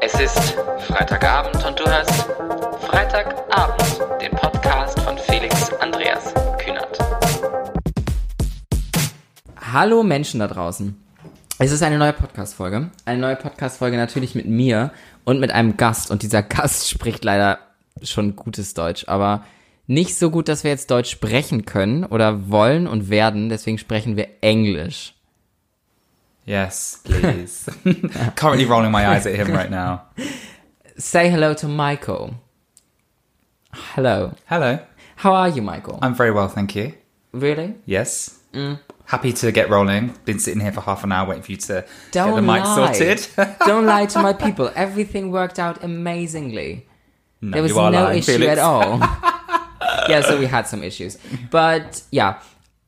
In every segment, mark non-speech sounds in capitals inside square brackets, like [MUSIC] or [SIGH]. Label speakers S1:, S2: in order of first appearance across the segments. S1: Es ist Freitagabend und du hörst Freitagabend, den Podcast von Felix Andreas Kühnert.
S2: Hallo Menschen da draußen. Es ist eine neue Podcast-Folge. Eine neue Podcast-Folge natürlich mit mir und mit einem Gast. Und dieser Gast [LAUGHS] spricht leider schon gutes Deutsch, aber nicht so gut, dass wir jetzt Deutsch sprechen können oder wollen und werden. Deswegen sprechen wir Englisch.
S3: Yes, please. [LAUGHS] Currently rolling my eyes at him right now.
S2: Say hello to Michael. Hello.
S3: Hello.
S2: How are you, Michael?
S3: I'm very well, thank you.
S2: really?
S3: Yes.
S2: Mm.
S3: Happy to get rolling. Been sitting here for half an hour waiting for you to get the
S2: Don't
S3: mic
S2: lie.
S3: sorted.
S2: Don't lie to my
S3: [LAUGHS]
S2: people. Everything worked out amazingly.
S3: no,
S2: There was
S3: you are
S2: no
S3: lying,
S2: issue
S3: Felix.
S2: at
S3: [LAUGHS]
S2: all. [LAUGHS] yeah, so we had some issues. But yeah.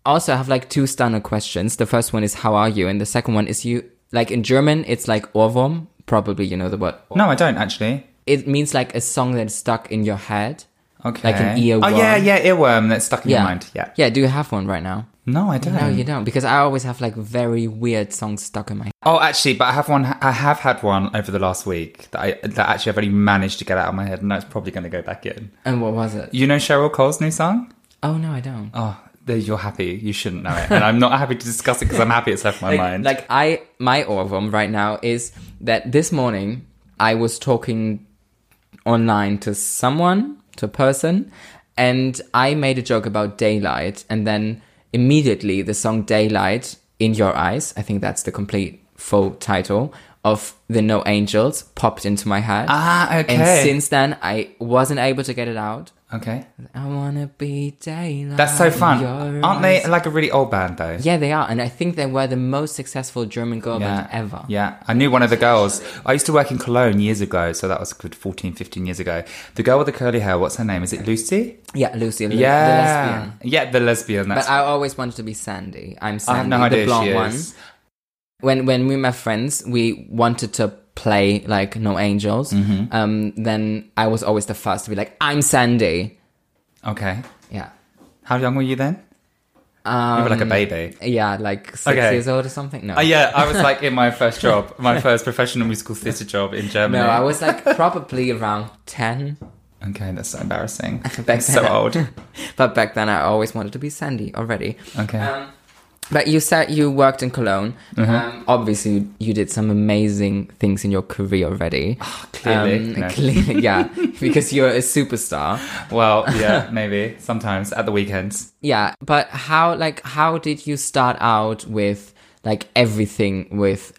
S2: Also I have like two standard questions. The first one is how are you? And the second one is you like in German it's like Ohrwurm. Probably you know the word.
S3: [LAUGHS] No, I don't actually.
S2: It means like a song that's stuck in your head.
S3: Okay.
S2: an
S3: Oh yeah,
S2: earworm.
S3: yeah, earworm that's stuck in your mind. Yeah. Um,
S2: Yeah, do you have one right now?
S3: No, I don't.
S2: No, you don't, because I always have like very weird songs stuck in my head.
S3: Oh, actually, but I have one. I have had one over the last week that I that actually I've only managed to get out of my head, and that's probably going to go back in.
S2: And what was it?
S3: You know Cheryl Cole's new song?
S2: Oh no, I don't.
S3: Oh, there- you're happy. You shouldn't know it, and I'm not happy to discuss it because I'm happy it's left my
S2: like,
S3: mind.
S2: Like I, my Orwurm right now is that this morning I was talking online to someone, to a person, and I made a joke about daylight, and then immediately the song "Daylight in Your Eyes," I think that's the complete full title of the No Angels, popped into my head.
S3: Ah, okay.
S2: And since then, I wasn't able to get it out.
S3: okay,
S2: I wanna be daylight.
S3: that's so
S2: in
S3: fun.
S2: your
S3: Aren't they
S2: eyes.
S3: like a really old band though?
S2: Yeah, they are, and I think they were the most successful German girl band ever.
S3: Yeah, I knew one of the girls. I used to work in Cologne years ago, so that was good 14, 15 years ago. The girl with the curly hair, what's her name? Is it Lucy?
S2: Yeah, Lucy, the,
S3: yeah.
S2: the lesbian.
S3: Yeah, the lesbian. That's
S2: But I always wanted to be Sandy. I'm
S3: I
S2: Sandy,
S3: have no
S2: the
S3: idea who
S2: blonde
S3: she
S2: one.
S3: is.
S2: When when we were friends, we wanted to play like No Angels.
S3: Mm-hmm.
S2: Um, then I was always the first to be like, I'm Sandy.
S3: Okay.
S2: Yeah, Um,
S3: How young were you then? you were like a baby.
S2: yeah, like six
S3: Okay.
S2: years old or something. No,
S3: Oh yeah, I was like in
S2: [LAUGHS]
S3: my first job, my first professional musical theatre job in Germany.
S2: no, I was like probably around ten.
S3: Okay, that's so
S2: [LAUGHS]
S3: embarrassing.
S2: Back
S3: I'm so
S2: then.
S3: old.
S2: But back then, I always wanted to be Sandy already.
S3: Okay.
S2: Um, but you said you worked in Cologne.
S3: Mm-hmm.
S2: Um, obviously, you did some amazing things in your career already.
S3: [LAUGHS]
S2: Um,
S3: Um, clearly, no.
S2: Ah, clearly, yeah,
S3: [LAUGHS]
S2: because you're a superstar.
S3: well, yeah, maybe sometimes at the weekends.
S2: Yeah, but how like how did you start out with like everything with?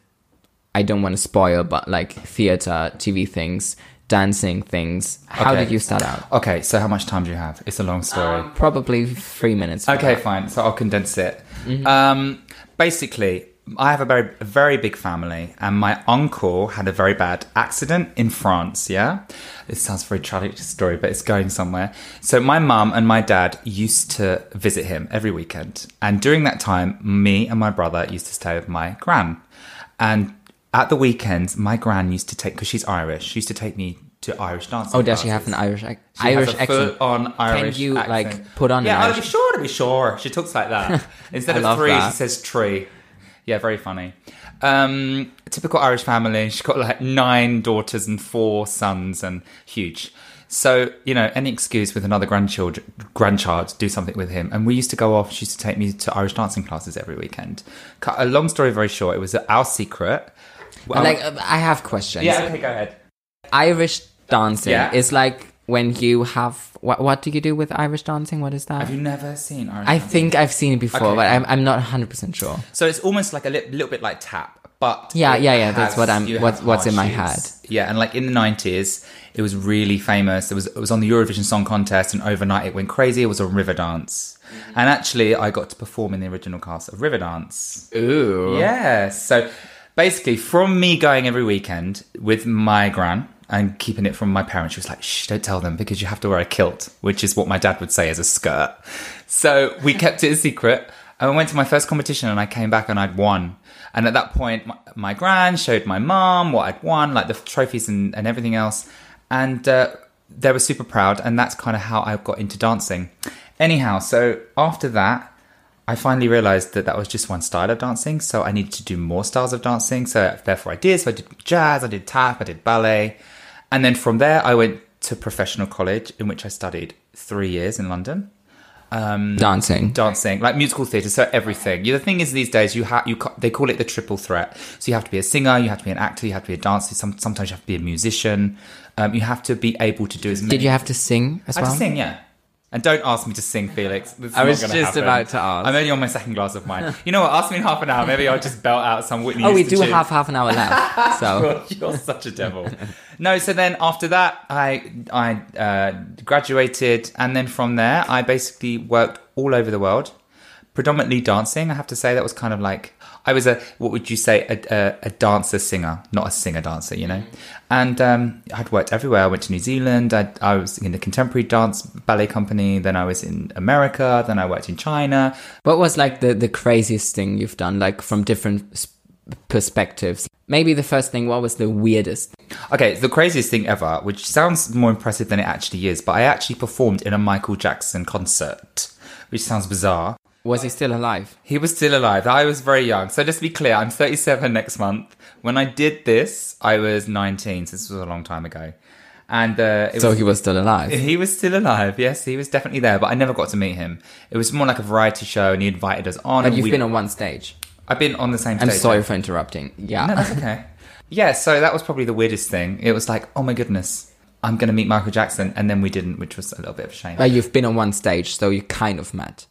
S2: I don't want to spoil, but like theater, TV things, dancing things. How
S3: Okay.
S2: did you start out?
S3: Okay, so how much time do you have? It's a long
S2: Um,
S3: story.
S2: Probably three minutes. for
S3: Okay,
S2: that.
S3: fine. So I'll condense it.
S2: Mm-hmm.
S3: Um, basically, I have a very, a very big family, and my uncle had a very bad accident in France. Yeah, it sounds very tragic story, but it's going somewhere. So my mum and my dad used to visit him every weekend, and during that time, me and my brother used to stay with my gran. And at the weekends, my gran used to take because she's Irish. She used to take me to Irish dance.
S2: Oh, does she have an Irish ac-
S3: She
S2: Irish
S3: has a
S2: accent?
S3: Full on Irish
S2: you,
S3: accent.
S2: like, put on
S3: Yeah,
S2: an
S3: I'll
S2: Irish-
S3: be sure to be sure. She talks like
S2: [LAUGHS]
S3: that instead
S2: I
S3: of
S2: love
S3: three.
S2: that.
S3: She says tree. Yeah, very funny. Um, typical Irish family. She's got like nine daughters and four sons, and huge. So you know, any excuse with another grandchild, grandchild, to do something with him. And we used to go off. She used to take me to Irish dancing classes every weekend. Cut a long story very short. It was our secret. Well,
S2: Like uh, I have questions.
S3: Oh. yeah, okay, go ahead.
S2: Irish dancing
S3: Yeah.
S2: is like when you have what what do you do with Irish dancing? What is that?
S3: Have you never seen Irish?
S2: I
S3: dancing?
S2: think I've seen it before,
S3: Okay.
S2: but I'm, I'm not 100% sure.
S3: So it's almost like a li- little bit like tap, but
S2: Yeah,
S3: it
S2: yeah, yeah, that's
S3: has-
S2: what I'm-
S3: you
S2: what's-
S3: have
S2: what's in my
S3: hardships. Yeah, and like in the nineties, it was really famous. It was it was on the Eurovision Song Contest, and overnight it went crazy. It was on Riverdance, and actually I got to perform in the original cast of Riverdance.
S2: Ooh.
S3: Yeah. So basically, from me going every weekend with my gran and keeping it from my parents, she was like, shh, don't tell them because you have to wear a kilt, which is what my dad would say is a skirt. So we kept it a secret. And I went to my first competition and I came back and I'd won. And at that point, my, my gran showed my mum what I'd won, like the trophies and, and everything else. And uh, they were super proud. And that's kind of how I got into dancing. Anyhow, so after that, I finally realized that that was just one style of dancing, so I needed to do more styles of dancing. So therefore, I did. So I did jazz, I did tap, I did ballet, and then from there, I went to professional college, in which I studied three years in London
S2: Dancing.
S3: dancing, like musical theatre, so everything. You- The thing is, these days you have you ca- they call it the triple threat. So you have to be a singer, you have to be an actor, you have to be a dancer. Some, sometimes you have to be a musician. Um, you have to be able to do as many.
S2: Did you have to sing as
S3: I
S2: well?
S3: have to sing, yeah. And don't ask me to sing, Felix. That's
S2: I
S3: not
S2: was
S3: gonna
S2: just
S3: happen.
S2: about to ask.
S3: I'm only on my second glass of wine. You know what? Ask me in half an hour. Maybe I'll just belt out some Whitney.
S2: Oh, we
S3: Houston
S2: do
S3: tune.
S2: have half an hour
S3: [LAUGHS]
S2: left. So
S3: God, you're such a devil. [LAUGHS] No, so then after that, I I uh, graduated, and then from there, I basically worked all over the world, predominantly dancing. I have to say that was kind of like I was a what would you say a, a, a dancer singer, not a singer dancer, you know. And um, I'd worked everywhere. I went to New Zealand. I, I was in the contemporary dance ballet company. Then I was in America. Then I worked in China.
S2: What was like the, the craziest thing you've done, like from different s- perspectives? Maybe the first thing, what was the weirdest?
S3: Okay, the craziest thing ever, which sounds more impressive than it actually is, but I actually performed in a Michael Jackson concert, which sounds bizarre.
S2: Was he still alive?
S3: He was still alive. I was very young. So just to be clear, I'm 37 next month. When I did this, I was 19. So this was a long time ago. And uh, it
S2: So
S3: was,
S2: he was still alive.
S3: he was still alive. Yes, he was definitely there, but I never got to meet him. It was more like a variety show, and he invited us on.
S2: But
S3: and
S2: you've
S3: we-
S2: been on one stage.
S3: I've been on the same.
S2: I'm
S3: stage
S2: sorry for interrupting. Yeah. [LAUGHS]
S3: No, that's okay. Yeah, so that was probably the weirdest thing. It was like, oh my goodness, I'm going to meet Michael Jackson. And then we didn't, which was a little bit of a shame.
S2: but you've been on one stage, so you kind of met.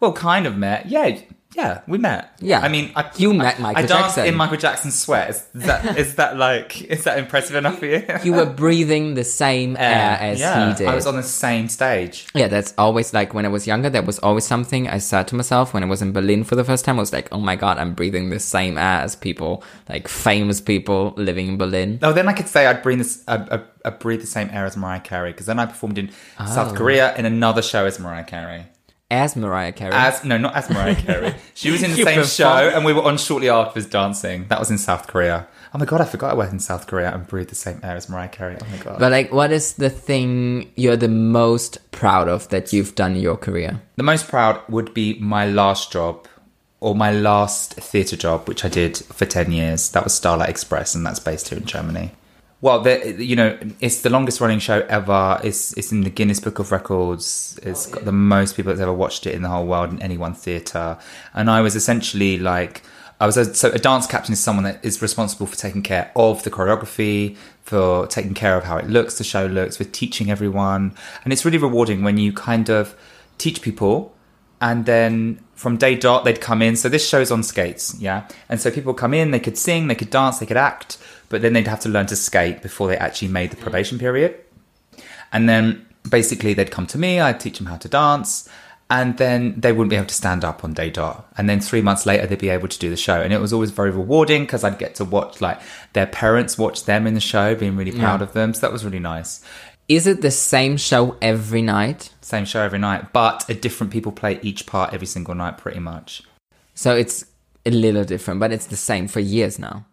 S3: well, kind of met. Yeah, yeah, we met.
S2: Yeah.
S3: I mean, I,
S2: You met
S3: I-
S2: Michael
S3: I danced
S2: Jackson.
S3: in Michael Jackson's sweat. Is
S2: [LAUGHS]
S3: that, is that like, is that impressive enough for [LAUGHS] you?
S2: You were breathing the same air as
S3: yeah,
S2: he did.
S3: I was on the same stage.
S2: Yeah, that's always like when I was younger, that was always something I said to myself when I was in Berlin for the first time. I was like, oh my god, I'm breathing the same air as people, like famous people living in Berlin.
S3: Oh, then I could say I'd breathe, this, I, I, I breathe the same air as Mariah Carey because then I performed in
S2: Oh.
S3: South Korea in another show as Mariah Carey.
S2: As Mariah Carey.
S3: As no, not as Mariah Carey. She was in the
S2: You
S3: same
S2: perform-
S3: show, and we were on shortly afterwards dancing. That was in South Korea. Oh my god, I forgot I worked in South Korea and breathed the same air as Mariah Carey. Oh my god.
S2: But like, what is the thing you're the most proud of that you've done in your career?
S3: the most proud would be my last job, or my last theatre job, which I did for ten years. That was Starlight Express, and that's based here in Germany. Well, the, you know, it's the longest running show ever. It's it's in the Guinness Book of Records. It's got the most people that's ever watched it in the whole world in any one theatre. And I was essentially like, I was a, so a dance captain is someone that is responsible for taking care of the choreography, for taking care of how it looks, the show looks, for teaching everyone. And it's really rewarding when you kind of teach people and then from day dot they'd come in so this show's on skates yeah and so people come in they could sing they could dance they could act but then they'd have to learn to skate before they actually made the probation period and then basically they'd come to me, I'd teach them how to dance, and then they wouldn't be able to stand up on day dot. And then three months later, they'd be able to do the show. And it was always very rewarding because I'd get to watch like their parents watch them in the show, being really proud of them. So that was really nice.
S2: Is it the same show every night?
S3: Same show every night, but a different people play each part every single night, pretty much.
S2: So it's a little different, but it's the same for years now.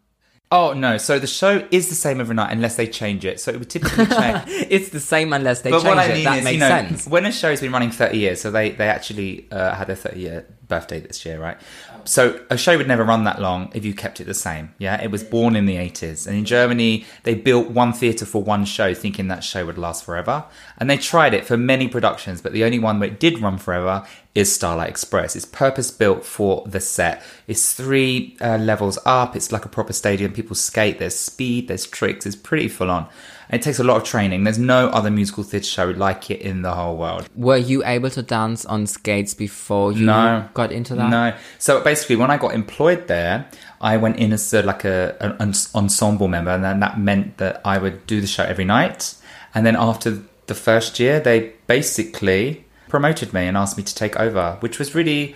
S3: Oh no! So the show is the same every night unless they change it. So it would typically change.
S2: It's the same unless they
S3: but
S2: change
S3: what I
S2: it.
S3: mean
S2: that
S3: is,
S2: makes
S3: you know,
S2: sense.
S3: when a show's been running 30 years, so they, they actually uh, had their 30 year birthday this year, right? So a show would never run that long if you kept it the same. Yeah, it was born in the 80s. And in Germany, they built one theatre for one show thinking that show would last forever. And they tried it for many productions, but the only one where it did run forever is Starlight Express. It's purpose built for the set. It's three uh, levels up, it's like a proper stadium. People skate, there's speed, there's tricks, it's pretty full on. And it takes a lot of training. There's no other musical theatre show like it in the whole world.
S2: Were you able to dance on skates before you
S3: No.
S2: got into that?
S3: No. So basically, when I got employed there, I went in as uh, like a an ens- ensemble member, and then that meant that I would do the show every night. And then after the first year, they basically promoted me and asked me to take over, which was really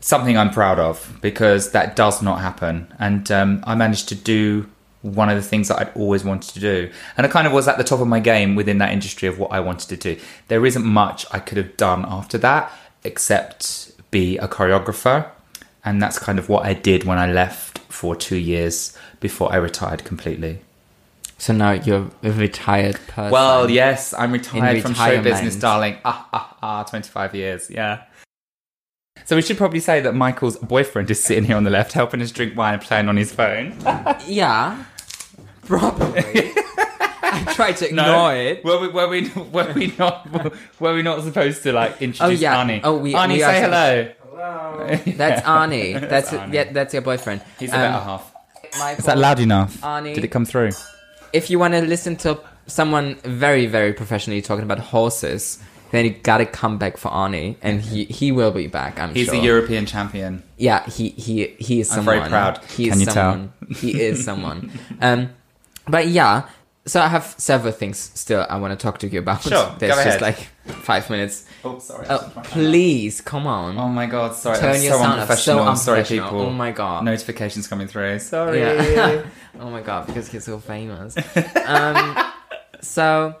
S3: something I'm proud of because that does not happen. And um, I managed to do one of the things that I'd always wanted to do. And I kind of was at the top of my game within that industry of what I wanted to do. There isn't much I could have done after that except be a choreographer. And that's kind of what I did when I left for two years before I retired completely.
S2: So now you're a retired person.
S3: Well, yes, I'm retired from show
S2: retirement.
S3: business, darling. Ah, ah, ah, 25 years, yeah. So we should probably say that Michael's boyfriend is sitting here on the left, helping us drink wine and playing on his
S2: [LAUGHS]
S3: phone.
S2: Yeah,
S3: [LAUGHS]
S2: probably. I tried to ignore it.
S3: Were we, were we, were we not, were we not supposed to like introduce
S2: yeah.
S3: Arnie?
S2: Oh, we-
S3: Arnie,
S2: we are
S3: say hello. [LAUGHS]
S2: That's Arnie. That's
S3: Arnie.
S2: Yeah, that's your boyfriend.
S3: He's
S2: Um,
S3: a better half.
S2: Michael,
S3: Is that loud enough?
S2: Arnie.
S3: Did it come through?
S2: if you want to listen to someone very, very professionally talking about horses, then you gotta come back for Arnie, and he he will be back. I'm
S3: He's
S2: sure.
S3: a European champion.
S2: Yeah, he he he is
S3: I'm
S2: someone.
S3: very proud.
S2: He is
S3: Can you tell?
S2: someone. He is
S3: [LAUGHS]
S2: someone. um, but yeah, so I have several things still I want to talk to you about.
S3: Sure, go
S2: there's just
S3: ahead.
S2: like five minutes.
S3: Oh, sorry.
S2: Oh, please come on.
S3: Oh my god, sorry.
S2: Turn
S3: That's
S2: your
S3: so
S2: sound up. So
S3: unprofessional. I'm sorry,
S2: unprofessional.
S3: people.
S2: Oh my God.
S3: Notifications coming through. Sorry.
S2: Yeah. oh my god, because he's so
S3: [LAUGHS]
S2: famous. um, so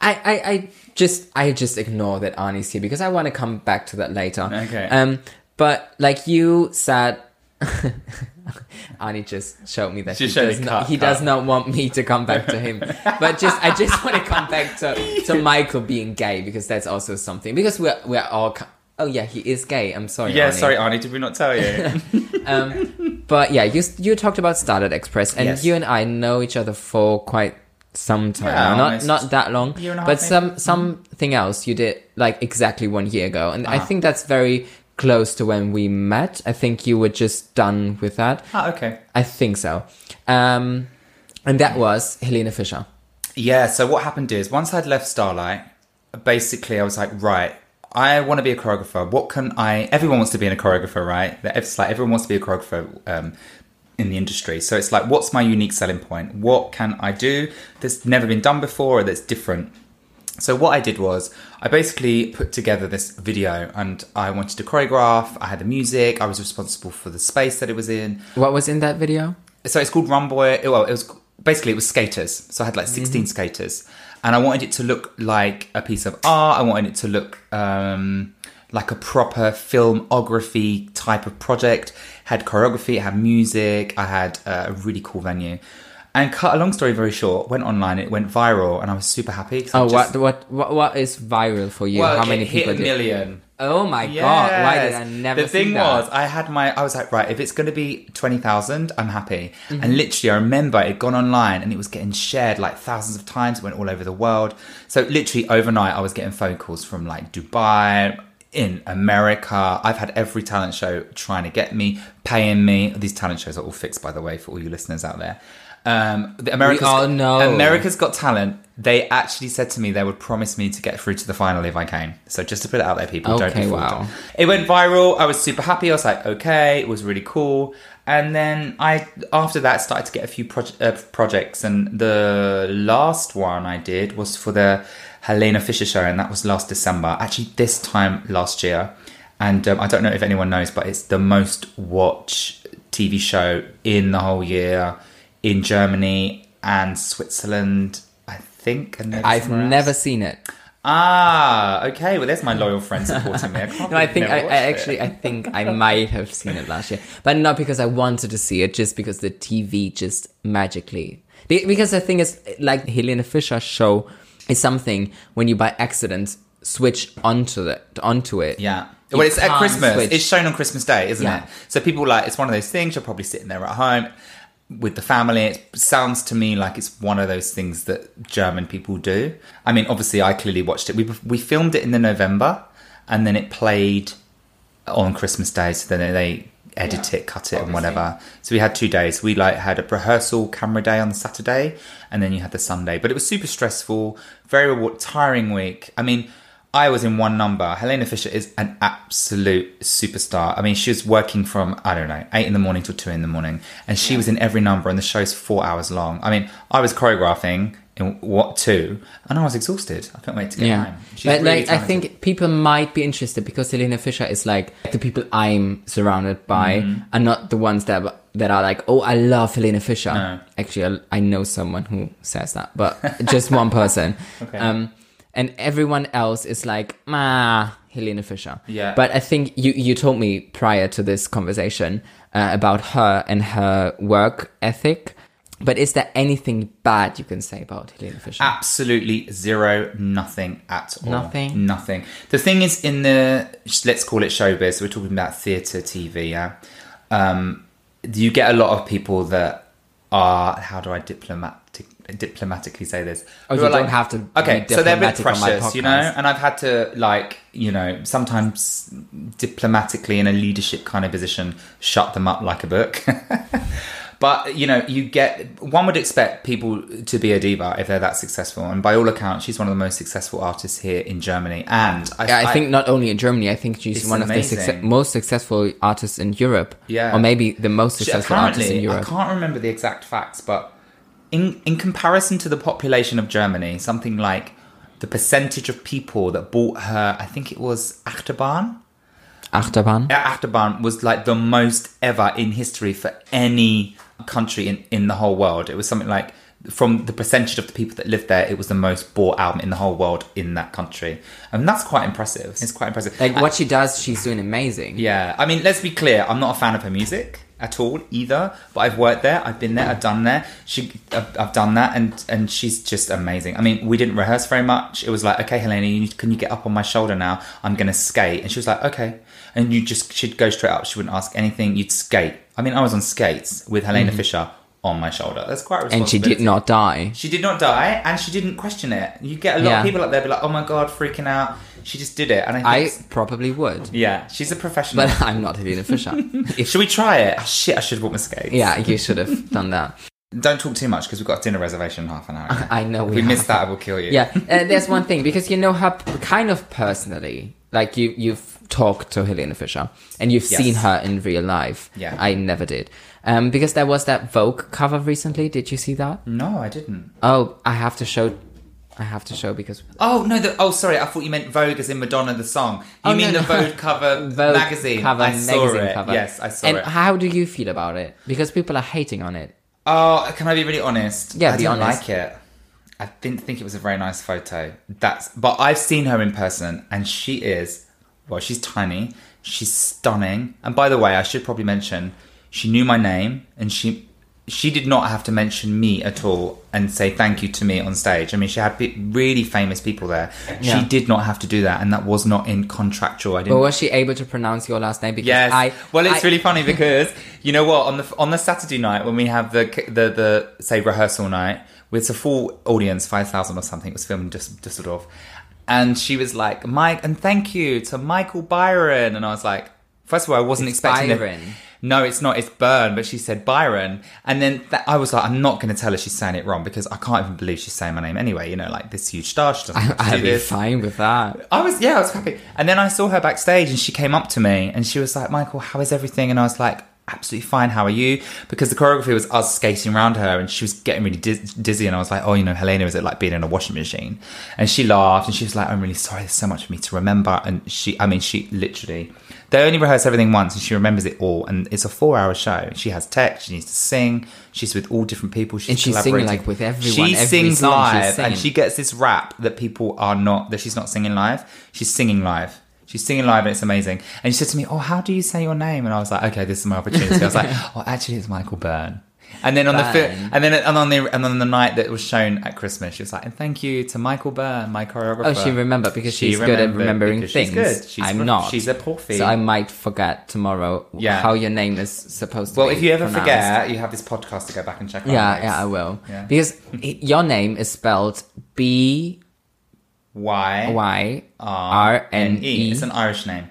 S2: I, I I just I just ignore that Arnie's here because I want to come back to that later.
S3: Okay.
S2: Um, but like you said. [LAUGHS] Arnie just showed me that
S3: She
S2: he,
S3: showed
S2: does
S3: me
S2: not,
S3: cut,
S2: he
S3: cut.
S2: does not want me to come back to him. But just I just want to come back to,
S3: [LAUGHS]
S2: to Michael being gay because that's also something because we're we're all co- oh yeah he is gay I'm sorry
S3: [LAUGHS]
S2: [LAUGHS]
S3: Yeah,
S2: Arnie.
S3: sorry, Arnie. Did we not
S2: [LAUGHS]
S3: tell you?
S2: But yeah, you you talked about Starlet Express, and
S3: Yes.
S2: you and I know each other for quite some time.
S3: Yeah,
S2: now. not
S3: almost
S2: not that long,
S3: year and a
S2: but
S3: half, Mm-hmm.
S2: some something else you did like exactly one year ago, and
S3: Uh-huh.
S2: I think that's very close to when we met. I think you were just done with that.
S3: ah, okay.
S2: I think so, um, and that was Helena Fisher.
S3: Yeah, so what happened is once I'd left Starlight, basically I was like, right, I want to be a choreographer. What can I? Everyone wants to be in a choreographer, right? That- It's like everyone wants to be a choreographer um, in the industry. So it's like, what's my unique selling point? What can I do that's never been done before or that's different? So what I did was I basically put together this video and I wanted to choreograph. I had the music. I was responsible for the space that it was in
S2: What was in that video?
S3: so it's called Run Boy. Well, it was basically it was skaters. So I had like 16 skaters, and I wanted it to look like a piece of art. I wanted it to look um, like a proper filmography type of project. Had choreography, it had music. I had uh, a really cool venue. And cut a long story very short, went online, it went viral, and I was super happy. 'cause I
S2: Oh,
S3: just-
S2: what, what what what is viral for you?
S3: Well,
S2: How many
S3: it hit
S2: people?
S3: a
S2: did-
S3: million.
S2: Oh my god! Why did I
S3: Yes.
S2: never?
S3: The thing
S2: see that?
S3: was, I had my. I was like, right, if it's going to be twenty thousand, I'm happy.
S2: Mm-hmm.
S3: And literally, I remember it had gone online and it was getting shared like thousands of times. It went all over the world. So literally overnight, I was getting phone calls from like Dubai. In America, I've had every talent show trying to get me, paying me. These talent shows are all fixed, by the way, for all you listeners out there. Um, the America's,
S2: all know.
S3: America's Got Talent. They actually said to me they would promise me to get through to the final if I came. So just to put it out there, people. Don't
S2: Okay,
S3: be fooled.
S2: wow.
S3: It went viral. I was super happy. I was like, okay, it was really cool. And then I, after that, started to get a few proje- uh, projects. And the last one I did was for the Helena Fisher show, and that was last December. Actually, this time last year. And um, I don't know if anyone knows, but it's the most watched TV show in the whole year in Germany and Switzerland, I think. And maybe
S2: I've
S3: somewhere else.
S2: never seen it.
S3: Ah, okay. Well, there's my loyal friend
S2: [LAUGHS]
S3: supporting me. I can't
S2: No, I think
S3: never
S2: I, I
S3: watched it.
S2: actually I think I might have seen it last year, but not because I wanted to see it, just because the TV just magically. Be- Because the thing is, like Helena Fisher show is something when you by accident switch onto the onto it.
S3: Yeah.
S2: You
S3: well, it's at
S2: can't
S3: Christmas.
S2: switch.
S3: It's shown on Christmas Day, isn't
S2: Yeah.
S3: it? So people like it's one of those things. You're probably sitting there at home with the family. It sounds to me like it's one of those things that German people do. I mean, obviously, I clearly watched it. We we filmed it in the November, and then it played on Christmas Day. So then they edit it, cut it, and whatever. So we had two days. We like had a rehearsal camera day on the Saturday, and then you had the Sunday. But it was super stressful, very reward- tiring week. I mean, I was in one number. Helena Fisher is an absolute superstar. I mean, she was working from I don't know eight in the morning till two in the morning, and she was in every number. And the show's four hours long. I mean, I was choreographing. In what two? And I was exhausted. I couldn't wait to get
S2: Yeah,
S3: home. She's
S2: but
S3: really
S2: like I
S3: talented.
S2: think people might be interested because Helena Fisher is like the people I'm surrounded by
S3: Mm-hmm.
S2: are not the ones that that are like, oh, I love Helena Fisher. Actually, I, I know someone who says that, but just one person.
S3: [LAUGHS] Okay.
S2: Um, and everyone else is like, ah, Helena Fisher.
S3: Yeah.
S2: But I think you you told me prior to this conversation uh, about her and her work ethic. But is there anything bad you can say about Helena Fisher?
S3: Absolutely zero, nothing at all.
S2: Nothing?
S3: Nothing. The thing is, in the let's call it showbiz, we're talking about theatre, TV, yeah. Um, you get a lot of people that are how do I diplomatic diplomatically say this?
S2: Oh,
S3: Who
S2: you
S3: are
S2: don't have to be
S3: Okay, so they're a bit
S2: diplomatic on my
S3: precious, you know.
S2: podcast.
S3: And I've had to like you know sometimes diplomatically in a leadership kind of position shut them up like a book. [LAUGHS] But you know, you get one would expect people to be a diva if they're that successful, and by all accounts, she's one of the most successful artists here in Germany. And I,
S2: Yeah, I think not only in Germany, I think she's
S3: It's
S2: one
S3: amazing.
S2: of the succe- most successful artists in Europe.
S3: Yeah.
S2: Or maybe the most
S3: she-
S2: successful artist in
S3: apparently I
S2: Europe.
S3: can't remember the exact facts, but in in comparison to the population of Germany, something like the percentage of people that bought her, I think it was Achterbahn.
S2: Achterbahn.
S3: Yeah, Achterbahn was like the most ever in history for any country in, in the whole world. It was something like from the percentage of the people that lived there, it was the most bought album in the whole world in that country. And that's quite impressive. It's quite impressive.
S2: Like
S3: I-
S2: what she does, she's doing amazing.
S3: yeah, I mean, let's be clear. I'm not a fan of her music at all either. But I've worked there. I've been there. I've done there. She, I've, I've done that, and and she's just amazing. I mean, we didn't rehearse very much. It was like, okay, Helena, you, can you get up on my shoulder now? I'm gonna skate. And she was like, okay. And you just, she'd go straight up. She wouldn't ask anything. You'd skate. I mean, I was on skates with Helena Fisher on my shoulder. That's quite. A
S2: Mm-hmm. And she did
S3: responsibility.
S2: not die.
S3: She did not die, and she didn't question it. You get a lot
S2: Yeah.
S3: of people up there be like, oh my god, freaking out. She just did it, and I.
S2: I
S3: Think
S2: probably would.
S3: yeah, she's a professional.
S2: But [LAUGHS] I'm not Helena
S3: [LAUGHS]
S2: Fisher. if,
S3: Should we try it? Oh, shit, I should have bought my skates.
S2: yeah, you should have done that.
S3: Don't talk too much because we've got a dinner reservation in half an hour.
S2: I know
S3: If
S2: we
S3: we
S2: have.
S3: miss that, I will kill you.
S2: Yeah, uh, there's one thing because you know her p- kind of personally. Like you, you've talked to Helena Fisher and you've
S3: Yes.
S2: seen her in real life.
S3: Yeah.
S2: I never did. Um, because there was that Vogue cover recently. Did you see that?
S3: No, I didn't.
S2: Oh, I have to show. I have to show because
S3: Oh no! The, oh, sorry. I thought you meant Vogue as in Madonna the song. You
S2: Oh,
S3: mean
S2: no,
S3: the
S2: no.
S3: Vogue cover
S2: Vogue
S3: magazine?
S2: cover,
S3: I saw
S2: magazine
S3: it.
S2: cover.
S3: Yes, I saw
S2: and
S3: it.
S2: how do you feel about it? Because people are hating on it.
S3: Oh, can I be really honest?
S2: Yeah,
S3: I
S2: be
S3: didn't
S2: honest.
S3: like it. I didn't think it was a very nice photo. That's but I've seen her in person and she is well, she's tiny, she's stunning. And by the way, I should probably mention she knew my name and she she did not have to mention me at all and say thank you to me on stage. I mean, she had pe- really famous people there.
S2: Yeah.
S3: She did not have to do that, and that was not in contractual. I didn't
S2: But was she able to pronounce your last name? Because
S3: Yes.
S2: I
S3: well, it's
S2: I- [LAUGHS]
S3: really funny because you know what on the on the Saturday night when we have the the the say rehearsal night with a full audience, five thousand or something. It was filmed in Düs- Düsseldorf, and she was like, "Mike, and thank you to Michael Byron," and I was like. First of all, I wasn't
S2: It's
S3: expecting it.
S2: Byron.
S3: No, it's not. It's Byrne, but she said Byron, and then th- I was like, I'm not going to tell her she's saying it wrong because I can't even believe she's saying my name anyway. You know, like this huge star,
S2: [LAUGHS]
S3: she doesn't have to do
S2: I'd be
S3: this.
S2: fine with that.
S3: I was, yeah, I was happy. And then I saw her backstage and she came up to me and she was like, Michael, how is everything? And I was like, absolutely fine, how are you? Because the choreography was us skating around her and she was getting really diz- dizzy. And I was like, oh, you know, Helena, is it like being in a washing machine? And she laughed and she was like, I'm really sorry, there's so much for me to remember. And she, I mean, she literally, they only rehearse everything once and she remembers it all. And it's a four hour show. She has tech, she needs to sing, she's with all different people. She's
S2: And she's singing,
S3: collaborating.
S2: like, with everyone,
S3: She
S2: every
S3: sings
S2: song she's
S3: live and
S2: singing.
S3: she gets this rap that people are not that she's not singing live. She's singing live. She's singing live and it's amazing. And she said to me, "Oh, how do you say your name?" And I was like, "Okay, this is my opportunity." I was
S2: [LAUGHS]
S3: like, "Oh, actually, it's Michael Byrne." And then on the
S2: Byrne.
S3: fi- and then and on the and on the night that it was shown at Christmas, she was like, "And thank you to Michael Byrne, my
S2: Oh,
S3: choreographer."
S2: she remembered because
S3: She
S2: she's good at
S3: remembered
S2: remembering
S3: because
S2: things.
S3: She's good. She's
S2: I'm
S3: pro-
S2: not.
S3: She's a porfy.
S2: So I might forget tomorrow
S3: Yeah.
S2: how your name is supposed to
S3: well,
S2: be.
S3: if you ever
S2: pronounced.
S3: forget, you have this podcast to go back and check. out,
S2: Yeah,
S3: Alex.
S2: yeah, I will.
S3: Yeah.
S2: Because i- your name is spelled B
S3: Why?
S2: Y R N
S3: N-E.
S2: E.
S3: It's an Irish name.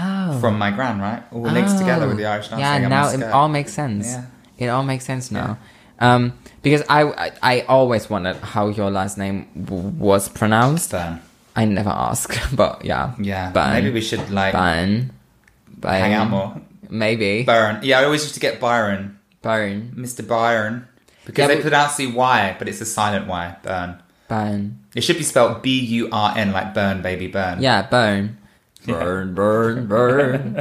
S2: Oh.
S3: from my gran, right? All links together with the Irish dance.
S2: Yeah,
S3: thing. I'm
S2: now
S3: a
S2: it
S3: skirt.
S2: all makes sense.
S3: Yeah.
S2: It all makes sense now. Um, because I, I, I always wondered how your last name w- was pronounced.
S3: Burn.
S2: I never ask, [LAUGHS] but yeah.
S3: Yeah,
S2: Burn.
S3: maybe we should like
S2: Burn. Burn.
S3: hang out more.
S2: Maybe.
S3: Byron. Yeah, I always used to get Byron,
S2: Burn.
S3: Mr. Byron, because
S2: Yeah,
S3: they
S2: but-
S3: pronounce the Y, but it's a silent Y. Burn.
S2: Burn.
S3: It should be spelled B U R N, like burn, baby, burn.
S2: Yeah, burn. Burn, burn, burn.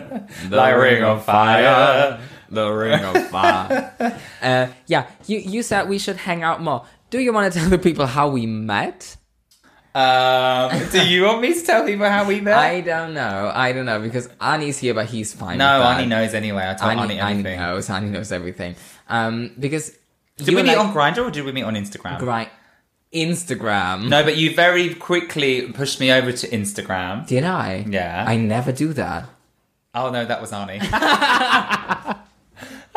S2: the
S3: ring of fire.
S2: The ring of fire. [LAUGHS] uh, yeah, you, you said we should hang out more. Do you want to tell the people how we met?
S3: Um, do you want me to tell people how
S2: [LAUGHS]
S3: we met?
S2: I don't know. I don't know because Arnie's here, but he's fine.
S3: no,
S2: with that.
S3: Arnie knows anyway. I told Arnie,
S2: Arnie, Arnie
S3: everything.
S2: knows. Arnie knows everything. Um, because
S3: Did
S2: you
S3: we
S2: were
S3: meet
S2: like-
S3: on Grinder or did we meet on Instagram?
S2: Right. Instagram.
S3: no, but you very quickly pushed me over to Instagram.
S2: Did I?
S3: Yeah.
S2: I never do
S3: [LAUGHS]
S2: that.
S3: Oh no, that was
S2: [LAUGHS]
S3: Arnie. [LAUGHS]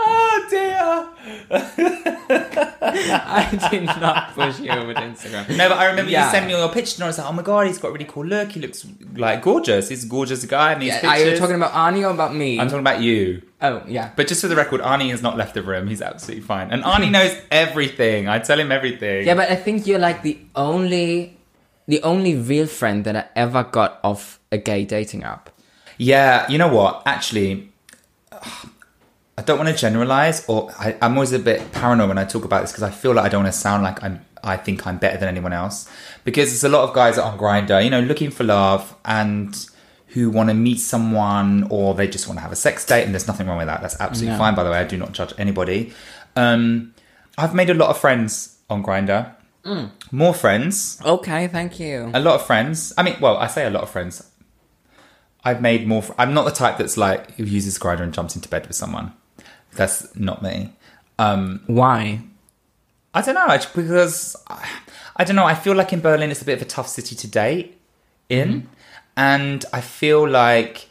S3: oh dear.
S2: I did not push you over to Instagram.
S3: No, but I remember
S2: Yeah.
S3: you sent me all your pictures and I was like, oh my god, he's got a really cool look. He looks like gorgeous. He's a gorgeous guy in these
S2: Yeah,
S3: pictures.
S2: Are you talking about Arnie or about me?
S3: I'm talking about you.
S2: oh, yeah.
S3: But just for the record, Arnie has not left the room. He's absolutely fine. And
S2: [LAUGHS]
S3: Arnie knows everything. I tell him everything.
S2: Yeah, but I think you're like the only, the only real friend that I ever got off a gay dating app.
S3: Yeah, you know what? Actually, I don't want to generalize, or I, I'm always a bit paranoid when I talk about this because I feel like I don't want to sound like I'm. I think I'm better than anyone else because there's a lot of guys that are on Grinder, you know, looking for love and who want to meet someone or they just want to have a sex date, and there's nothing wrong with that. That's absolutely
S2: No.
S3: fine. By the way, I do not judge anybody. Um, I've made a lot of friends on Grinder, more friends
S2: Okay, thank you.
S3: a lot of friends. I mean, well, I say a lot of friends. I've made more. Fr- I'm not the type that's like who uses grinder and jumps into bed with someone. That's not me.
S2: Why?
S3: I don't know. I, just- because I, I don't know. I feel like in Berlin it's a bit of a tough city to date in, and I feel like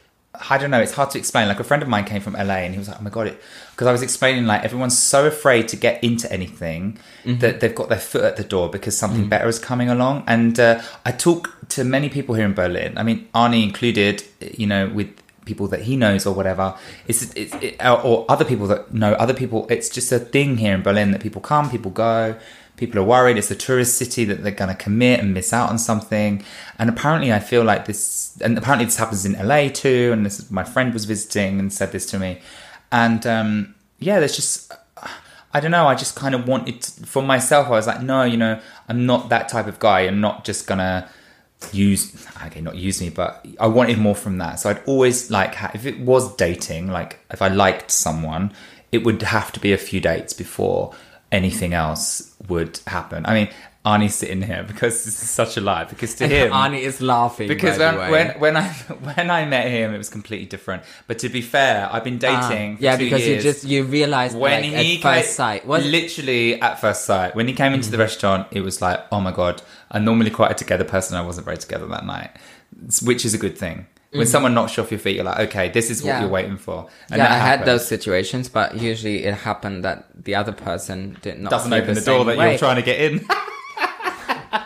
S3: I don't know. It's hard to explain. Like a friend of mine came from LA and he was like, "Oh my god," because I was explaining like everyone's so afraid to get into anything that they've got their foot at the door because something better is coming along. And uh, I talk to many people here in Berlin. I mean, Arnie included. You know, with people that he knows or whatever it's, it's it, or, or other people that know other people it's just a thing here in berlin that people come people go people are worried it's a tourist city that they're going to commit and miss out on something and apparently i feel like this and apparently this happens in la too and this my friend was visiting and said this to me and um yeah there's just I don't know. I just kind of wanted to, for myself. I was like, no, you know, I'm not that type of guy. I'm not just gonna use. Okay, not use me, but I wanted more from that. So I'd always like ha- if it was dating, like if I liked someone, it would have to be a few dates before anything else would happen. I mean, Arnie's sitting here [LAUGHS] because this is such a lie. Because to
S2: [LAUGHS]
S3: him,
S2: Arnie is laughing.
S3: because
S2: by the
S3: when,
S2: way.
S3: when when I [LAUGHS] when I met him, it was completely different. But to be fair, I've been
S2: Ah,
S3: dating. for
S2: yeah,
S3: two
S2: because
S3: years
S2: you just you realize
S3: when
S2: like,
S3: he
S2: at first
S3: came,
S2: sight. Mm-hmm. Was
S3: literally at first sight when he came into the restaurant it was like oh my god i'm normally quite a together person i wasn't very together that night S- which is a good thing when someone knocks you off your feet you're like okay this is what
S2: Mm. Yeah.
S3: you're waiting for
S2: yeah,
S3: that
S2: I had
S3: happened.
S2: those situations, but usually it happened that the other person did not
S3: doesn't
S2: see
S3: open the,
S2: the,
S3: door
S2: same
S3: that
S2: way.
S3: you're trying to get
S2: [LAUGHS]
S3: in [LAUGHS]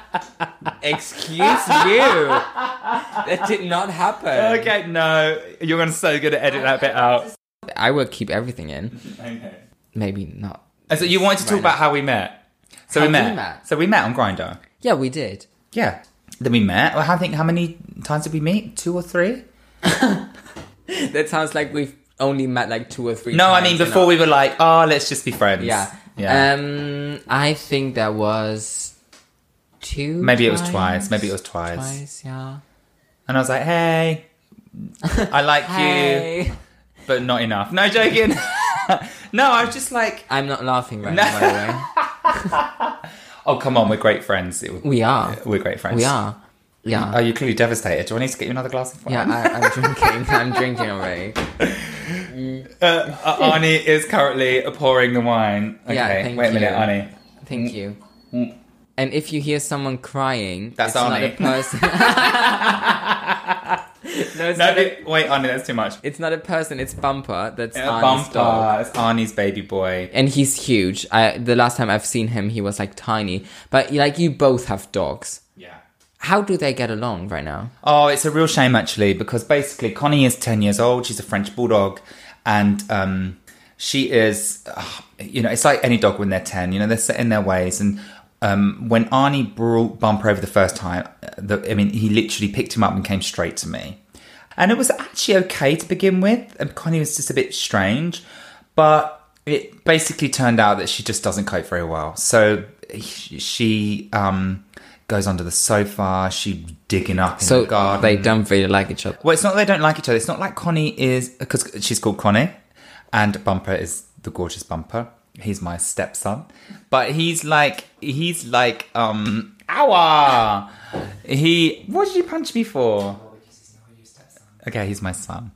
S2: Excuse you,
S3: [LAUGHS]
S2: that did not happen.
S3: okay no you're gonna so good at edit that bit out
S2: I will keep everything in.
S3: [LAUGHS] okay
S2: Maybe not.
S3: and so you wanted to talk about how we met so
S2: How
S3: we
S2: we
S3: met.
S2: met?
S3: so we met on grinder
S2: Yeah, we did.
S3: yeah then we met well, i think how many times did we meet two or three
S2: That sounds like we've only met like two or three.
S3: No, I
S2: times
S3: mean
S2: in
S3: before
S2: our-
S3: we were like, oh, let's just be friends.
S2: Yeah.
S3: yeah.
S2: Um, I think that was two.
S3: Maybe it was
S2: times?
S3: twice. Maybe it was twice.
S2: Twice, yeah.
S3: And I was like, hey, I like you,
S2: [LAUGHS] Hey.
S3: but not enough. No joking. [LAUGHS] no, I was just like,
S2: I'm not laughing right
S3: No.
S2: now. By the
S3: [LAUGHS]
S2: way.
S3: oh, come on, we're great friends. It-
S2: We are.
S3: We're great friends.
S2: We are.
S3: Oh,
S2: Yeah.
S3: you're clearly devastated. Do I need to get you another glass of wine?
S2: Yeah, I, I'm drinking. [LAUGHS] I'm drinking already.
S3: Uh, uh, Arnie is currently pouring the wine. Okay,
S2: Yeah, thank
S3: wait a minute,
S2: you.
S3: Arnie. Mm.
S2: Thank you. And if you hear someone crying,
S3: That's
S2: it's not a
S3: Arnie. [LAUGHS]
S2: person. [LAUGHS] no, it's,
S3: No,
S2: not a,
S3: wait, wait, Arnie, that's too much.
S2: it's not a person. It's Bumper. That's
S3: Uh,
S2: Arnie's dog.
S3: Bumper, it's Arnie's baby boy.
S2: And he's huge. I, the last time I've seen him, he was like tiny. But like you both have dogs.
S3: Yeah.
S2: How do they get along right now?
S3: Oh, it's a real shame actually, because basically Connie is ten years old. She's a French bulldog, and um, she is, ugh, you know, it's like any dog when they're ten. You know, they're set in their ways. And um, when Arnie brought Bumper over the first time, uh, the, I mean, he literally picked him up and came straight to me, and it was actually okay to begin with. And Connie was just a bit strange, but it basically turned out that she just doesn't cope very well. So she um, goes under the sofa. She digging up in
S2: So
S3: the garden.
S2: they don't really like each other.
S3: Well, it's not that they don't like each other. It's not like Connie is because she's called Connie, and Bumper is the gorgeous Bumper. He's my stepson, but he's like he's like um owa. He what did you punch me for? Okay, he's my son.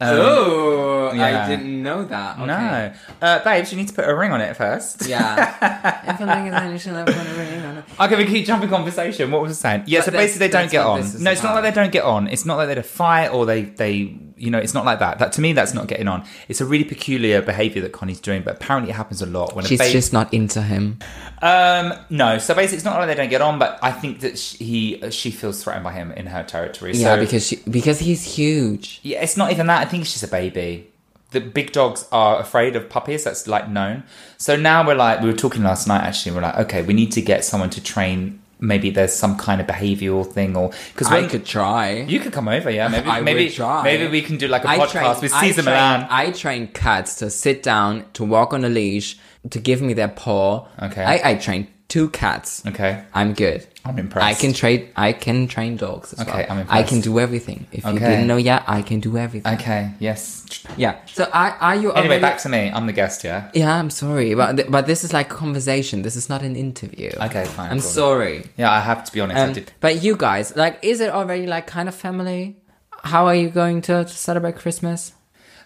S2: oh,
S3: Um, yeah.
S2: I didn't know that. Okay.
S3: No. Uh, babes, you need to put a ring on it first.
S2: Yeah.
S3: [LAUGHS]
S2: Everything is initial, everyone really on it.
S3: Okay, we keep jumping conversation. What was I saying? Yeah,
S2: But
S3: so
S2: that's-
S3: basically they don't
S2: that's
S3: get
S2: what
S3: on.
S2: this is
S3: No, it's not
S2: about.
S3: like they don't get on. It's not like they fight or they they you know it's not like that. That to me that's not getting on. It's a really peculiar behaviour that Connie's doing, but apparently it happens a lot when
S2: She's
S3: a babe.
S2: just not into him.
S3: Um, no, so basically it's not like they don't get on, but I think that sh he she feels threatened by him in her territory.
S2: Yeah,
S3: so,
S2: because she because he's huge.
S3: yeah, it's not even that. I think it's just a baby. The big dogs are afraid of puppies. That's like known. So now we're like, we were talking last night actually. and We're like, okay, we need to get someone to train. Maybe there's some kind of behavioral thing, or because
S2: I could try.
S3: you could come over, yeah. Maybe
S2: [LAUGHS] I
S3: maybe
S2: would try.
S3: maybe we can do like a
S2: I
S3: podcast with
S2: I
S3: Caesar
S2: train-
S3: Milan.
S2: I train cats to sit down, to walk on a leash, to give me their paw.
S3: Okay.
S2: I, I trained two cats.
S3: okay,
S2: I'm good.
S3: I'm impressed.
S2: I can train. I can train dogs as
S3: Okay,
S2: well.
S3: I'm
S2: I can
S3: impressed.
S2: do everything. If you
S3: Okay.
S2: didn't know yet, I can do everything.
S3: Okay, yes.
S2: yeah. So are, are you
S3: Anyway,
S2: already-
S3: back to me. I'm the guest, yeah.
S2: Yeah, I'm sorry, but th- but this is like conversation. This is not an interview.
S3: Okay, fine,
S2: I'm
S3: cool.
S2: sorry.
S3: Yeah, I have to be honest. I
S2: Um,
S3: did.
S2: but you guys, like, is it already like kind of family? How are you going to, to celebrate Christmas?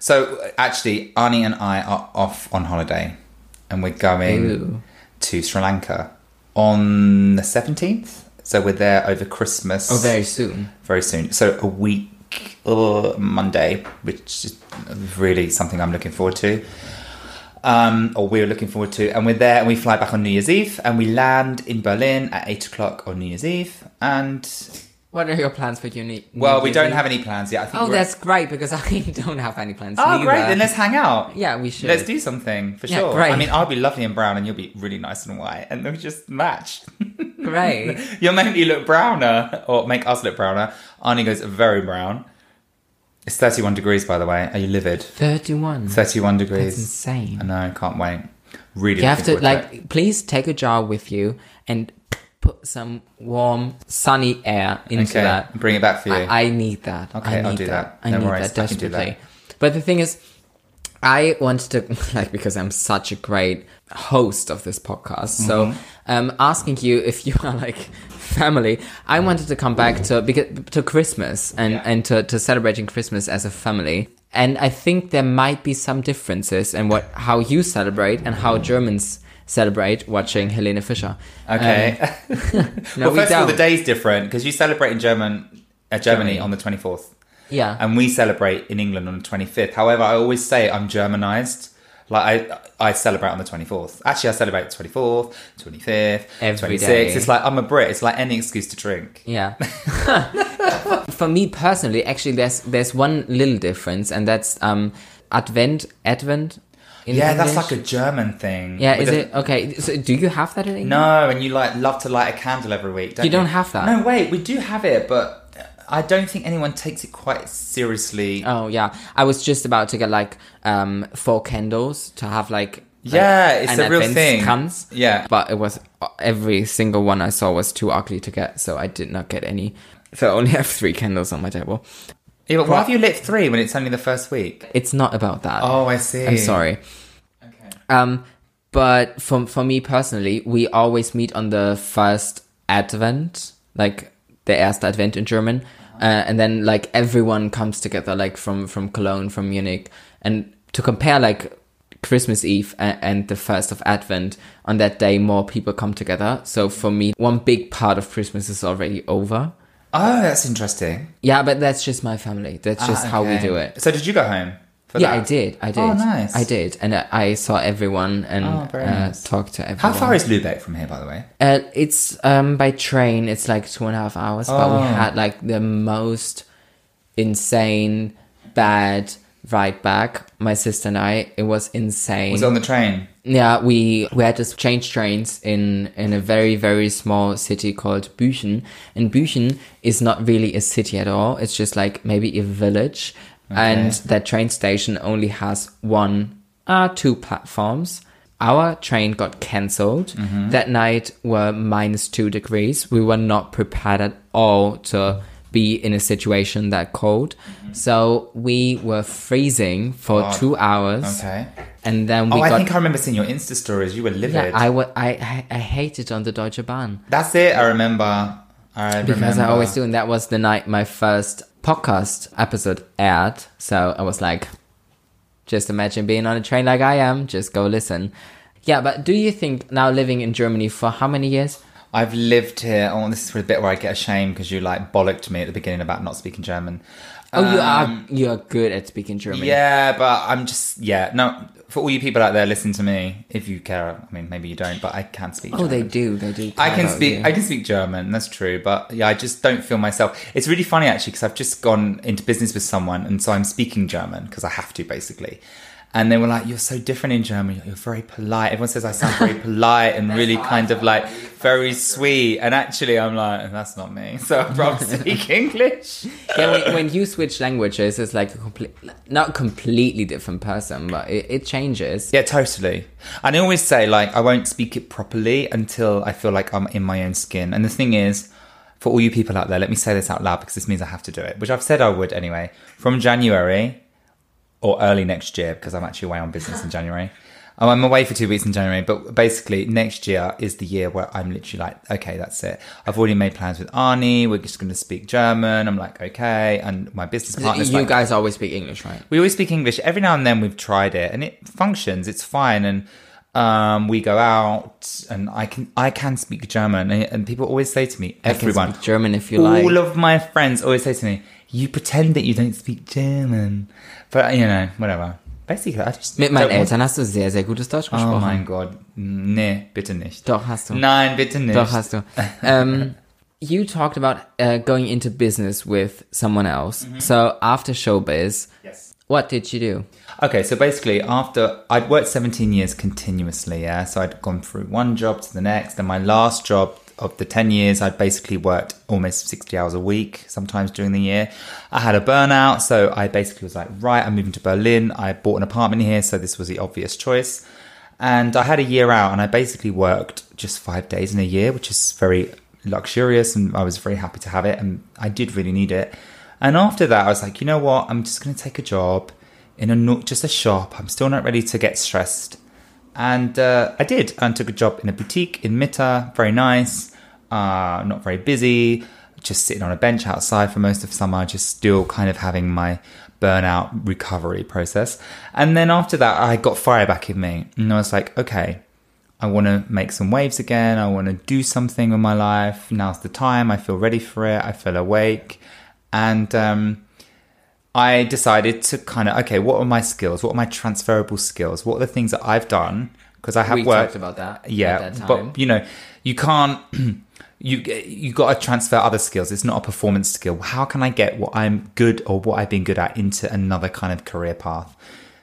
S3: So actually, Arnie and I are off on holiday, and we're going
S2: Ooh.
S3: to Sri Lanka on the seventeenth. So we're there over Christmas.
S2: Oh, very soon.
S3: very soon. So a week uh, Monday, which is really something I'm looking forward to. Um, or we're looking forward to, and we're there, and we fly back on New Year's Eve, and we land in Berlin at eight o'clock on New Year's Eve. And
S2: What are your plans for your ne- New
S3: well, we
S2: Year's
S3: don't
S2: Eve?
S3: have any plans yet. I think
S2: Oh,
S3: we're-
S2: that's great because [LAUGHS] I don't have any plans.
S3: oh,
S2: neither.
S3: great. Then let's hang out.
S2: yeah, we should.
S3: Let's do something for
S2: Yeah,
S3: sure.
S2: great.
S3: I mean, I'll be lovely and brown, and you'll be really nice and white, and we just match. [LAUGHS]
S2: great.
S3: you'll make me look browner, or make us look browner. Arnie goes very brown. It's thirty-one degrees, by the way. Are you livid?
S2: 31.
S3: Thirty-one degrees.
S2: That's insane.
S3: I know. Can't wait. Really.
S2: You have
S3: looking
S2: to,
S3: forward
S2: like, please take a jar with you and put some warm, sunny air into
S3: it. okay,
S2: that.
S3: bring it back for you.
S2: I, um, I need that.
S3: Okay,
S2: I need
S3: I'll do that.
S2: I
S3: No
S2: need
S3: worries,
S2: that
S3: I can do
S2: desperately.
S3: that.
S2: But the thing is, I wanted to [LAUGHS] like because I'm such a great host of this podcast.
S3: Mm-hmm.
S2: So, um, asking you if you are like [LAUGHS] family, I wanted to come back to because to Christmas and
S3: Yeah.
S2: and to, to celebrating Christmas as a family. And I think there might be some differences in what how you celebrate and how Germans celebrate watching Helene Fischer. Um, [LAUGHS]
S3: okay.
S2: no,
S3: well,
S2: we
S3: first of all, the
S2: don't.
S3: day's different because you celebrate in German, uh, Germany on the twenty-fourth.
S2: Yeah.
S3: and we celebrate in England on the 25th. However, I always say I'm Germanized. Like I, I celebrate on the 24th. Actually, I celebrate 24th, 25th,
S2: Every
S3: 26th.
S2: day.
S3: It's like I'm a Brit. It's like any excuse to drink.
S2: Yeah. [LAUGHS] For me personally, actually, there's there's one little difference, and that's um, Advent, Advent. In
S3: yeah, that's
S2: English.
S3: like a German thing.
S2: Yeah,
S3: We
S2: is
S3: don't-
S2: it okay? So do you have that in English?
S3: No, and you like love to light a candle every week. Don't
S2: You
S3: you
S2: don't have that.
S3: No, wait, we do have it, but I don't think anyone takes it quite seriously.
S2: Oh yeah, I was just about to get like um four candles to have like.
S3: Yeah,
S2: like,
S3: it's
S2: an
S3: a real thing.
S2: Adventskranz.
S3: Yeah.
S2: but it was every single one I saw was too ugly to get, so I did not get any. So I only [LAUGHS] have three candles on my table.
S3: yeah, but why have you lit three when it's only the first week?
S2: It's not about that.
S3: Oh, I see.
S2: I'm sorry.
S3: Okay.
S2: Um, but for for me personally, we always meet on the first Advent, like the erste Advent in German,
S3: Uh-huh.
S2: uh, and then like everyone comes together, like from from Cologne, from Munich, and to compare like Christmas Eve and, and the first of Advent on that day, more people come together. So for me, one big part of Christmas is already over.
S3: Oh, that's interesting.
S2: Yeah, but that's just my family. That's just
S3: Ah,
S2: how we
S3: okay.
S2: do it.
S3: So did you go home? For
S2: Yeah,
S3: that?
S2: I did. I did.
S3: Oh, nice.
S2: I did, and I, I saw everyone and
S3: Oh, very
S2: uh,
S3: nice.
S2: talked to everyone.
S3: How far is Lubeck from here, by the way?
S2: Uh, it's um by train. It's like two and a half hours, but we
S3: Oh.
S2: had like the most insane bad ride back. My sister and I. It was insane.
S3: Was it on the train?
S2: yeah, we we had to change trains in in a very very small city called Büchen, and Büchen is not really a city at all. It's just like maybe a village, and that train station only has one uh two platforms. Our train got canceled
S3: Mm-hmm.
S2: That night were minus two degrees. We were not prepared at all to be in a situation that cold. So we were freezing for
S3: Mm-hmm. God.
S2: two hours.
S3: Okay.
S2: And then we
S3: oh, I
S2: got
S3: think I remember seeing your Insta stories. You were livid.
S2: yeah, I wa- I I- I hated on the Deutsche Bahn
S3: That's it. I remember. I
S2: because
S3: remember.
S2: I always do, and that was the night my first podcast episode aired. So I was like, just imagine being on a train like I am. Just go listen. Yeah, but do you think now living in Germany for how many years?
S3: I've lived here. Oh, this is the bit where I get ashamed because you like bollocked me at the beginning about not speaking German. Um,
S2: Oh, you are you are good at speaking German.
S3: Yeah, but I'm just yeah. No, for all you people out there, listen to me if you care. I mean, maybe you don't, but I can speak.
S2: Oh, they
S3: German.
S2: do. They do.
S3: I
S2: care
S3: can
S2: about
S3: speak.
S2: you.
S3: I can speak German. That's true, but yeah, I just don't feel myself. It's really funny actually because I've just gone into business with someone, and so I'm speaking German because I have to basically. And they were like, "You're so different in German. You're very polite. Everyone says I sound very polite and really kind of like very sweet." And actually, I'm like, "That's not me." [LAUGHS] So I probably speak English.
S2: yeah, when, when you switch languages, it's like a complete, not completely different person, but it, it changes.
S3: Yeah, totally. And I always say, like, I won't speak it properly until I feel like I'm in my own skin. And the thing is, for all you people out there, let me say this out loud because this means I have to do it, which I've said I would anyway. From January or early next year, because I'm actually away on business in January. [LAUGHS] Oh, I'm away for two weeks in January, but basically next year is the year where I'm literally like, okay, that's it. I've already made plans with Arnie. We're just going to speak German. I'm like, okay, and my business partner's
S2: you
S3: like,
S2: guys always speak English, right?
S3: we always speak English. Every now and then we've tried it and it functions. It's fine. And um, we go out and I can I can speak German. And, and people always say to me,
S2: You can
S3: everyone,
S2: speak German if you
S3: all
S2: like.
S3: of my friends always say to me, you pretend that you don't speak German. But, you know, whatever. Basically, I just.
S2: Mit meinen
S3: don't want-
S2: Eltern hast du sehr, sehr gutes Deutsch gesprochen.
S3: Oh mein Gott. Nee, bitte nicht.
S2: Doch, hast du.
S3: Nein, bitte nicht.
S2: Doch,
S3: [LAUGHS]
S2: hast du. Um, you talked about uh, going into business with someone else.
S3: Mhm.
S2: So after showbiz,
S3: Yes.
S2: what did you do?
S3: Okay, so basically, after I'd worked 17 years continuously, yeah, so I'd gone through one job to the next, and my last job of the 10 years, I'd basically worked almost 60 hours a week, sometimes during the year. I had a burnout, so I basically was like, right, I'm moving to Berlin. I bought an apartment here, so this was the obvious choice. And I had a year out, and I basically worked just five days in a year, which is very luxurious, and I was very happy to have it, and I did really need it. And after that, I was like, you know what? I'm just going to take a job in a no- just a shop. I'm still not ready to get stressed, and uh, I did. And took a job in a boutique in Mitter, very nice, uh, not very busy, just sitting on a bench outside for most of summer, just still kind of having my burnout recovery process. And then after that, I got fire back in me, and I was like, okay. I want to make some waves again. I want to do something with my life. Now's the time. I feel ready for it. I feel awake. And um, I decided to kind of, okay, what are my skills? What are my transferable skills? What are the things that I've done? Because I have
S2: we
S3: worked
S2: talked about that.
S3: yeah,
S2: At that time.
S3: but you know, you can't. [CLEARS THROAT] You you got to transfer other skills. It's not a performance skill. How can I get what I'm good or what I've been good at into another kind of career path?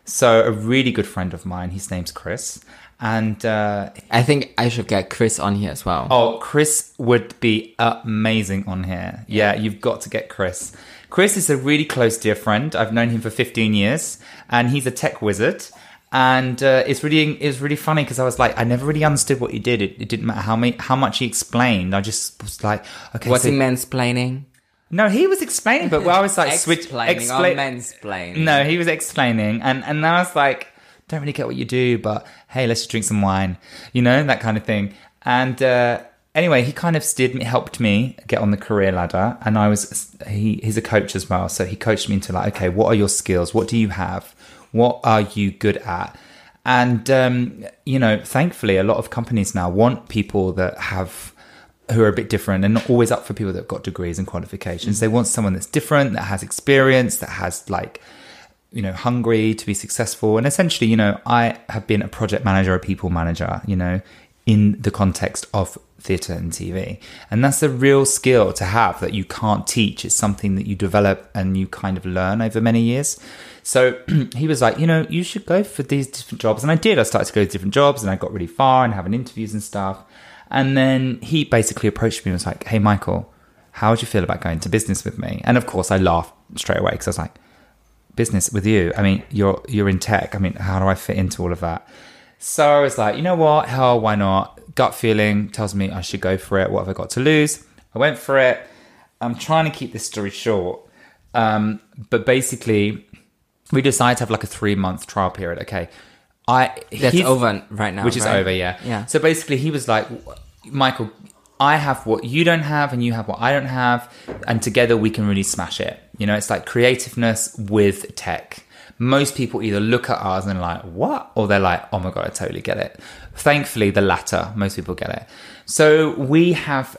S3: So a really good friend of mine, his name's Chris, and uh,
S2: I think I should get Chris on here as well.
S3: Oh, Chris would be amazing on here. Yeah, you've got to get Chris. Chris is a really close dear friend. I've known him for 15 years, and he's a tech wizard. And uh, it's really it's really funny because I was like, I never really understood what he did. It, it didn't matter how many, how much he explained. I just was like, okay,
S2: What's
S3: so-
S2: he mansplaining?
S3: no, he was explaining, but I was Oh, like, switch,
S2: Explaining
S3: explain-
S2: or mansplaining?
S3: no, he was explaining, and and I was like, don't really get what you do, but hey, let's just drink some wine, you know, that kind of thing. And uh, anyway, he kind of steered me, helped me get on the career ladder, and I was he he's a coach as well, so he coached me into like, okay, what are your skills? What do you have? What are you good at? And um, you know, thankfully, a lot of companies now want people that have who are a bit different and not always up for people that've got degrees and qualifications. They want someone that's different, that has experience, that has like you know, hungry to be successful. And essentially, you know, I have been a project manager, a people manager, you know, in the context of theatre and TV. And that's a real skill to have that you can't teach. It's something that you develop and you kind of learn over many years. So [CLEARS THROAT] he was like, you know, you should go for these different jobs. And I did. I started to go to different jobs and I got really far and having interviews and stuff. And then he basically approached me and was like, hey, Michael, how would you feel about going to business with me? And of course, I laughed straight away because I was like, business with you. I mean, you're you're in tech. I mean, how do I fit into all of that? So I was like, you know what? Hell, why not? Gut feeling tells me I should go for it. What have I got to lose? I went for it. I'm trying to keep this story short, um, but basically, we decided to have like a three month trial period. Okay, I
S2: That's
S3: his-
S2: over right now.
S3: which is
S2: right?
S3: over, yeah.
S2: Yeah.
S3: So basically, he was like, Michael, I have what you don't have, and you have what I don't have, and together we can really smash it. You know, it's like creativeness with tech. Most people either look at ours and are like, what? Or they're like, oh my God, I totally get it. Thankfully, the latter, most people get it. So we have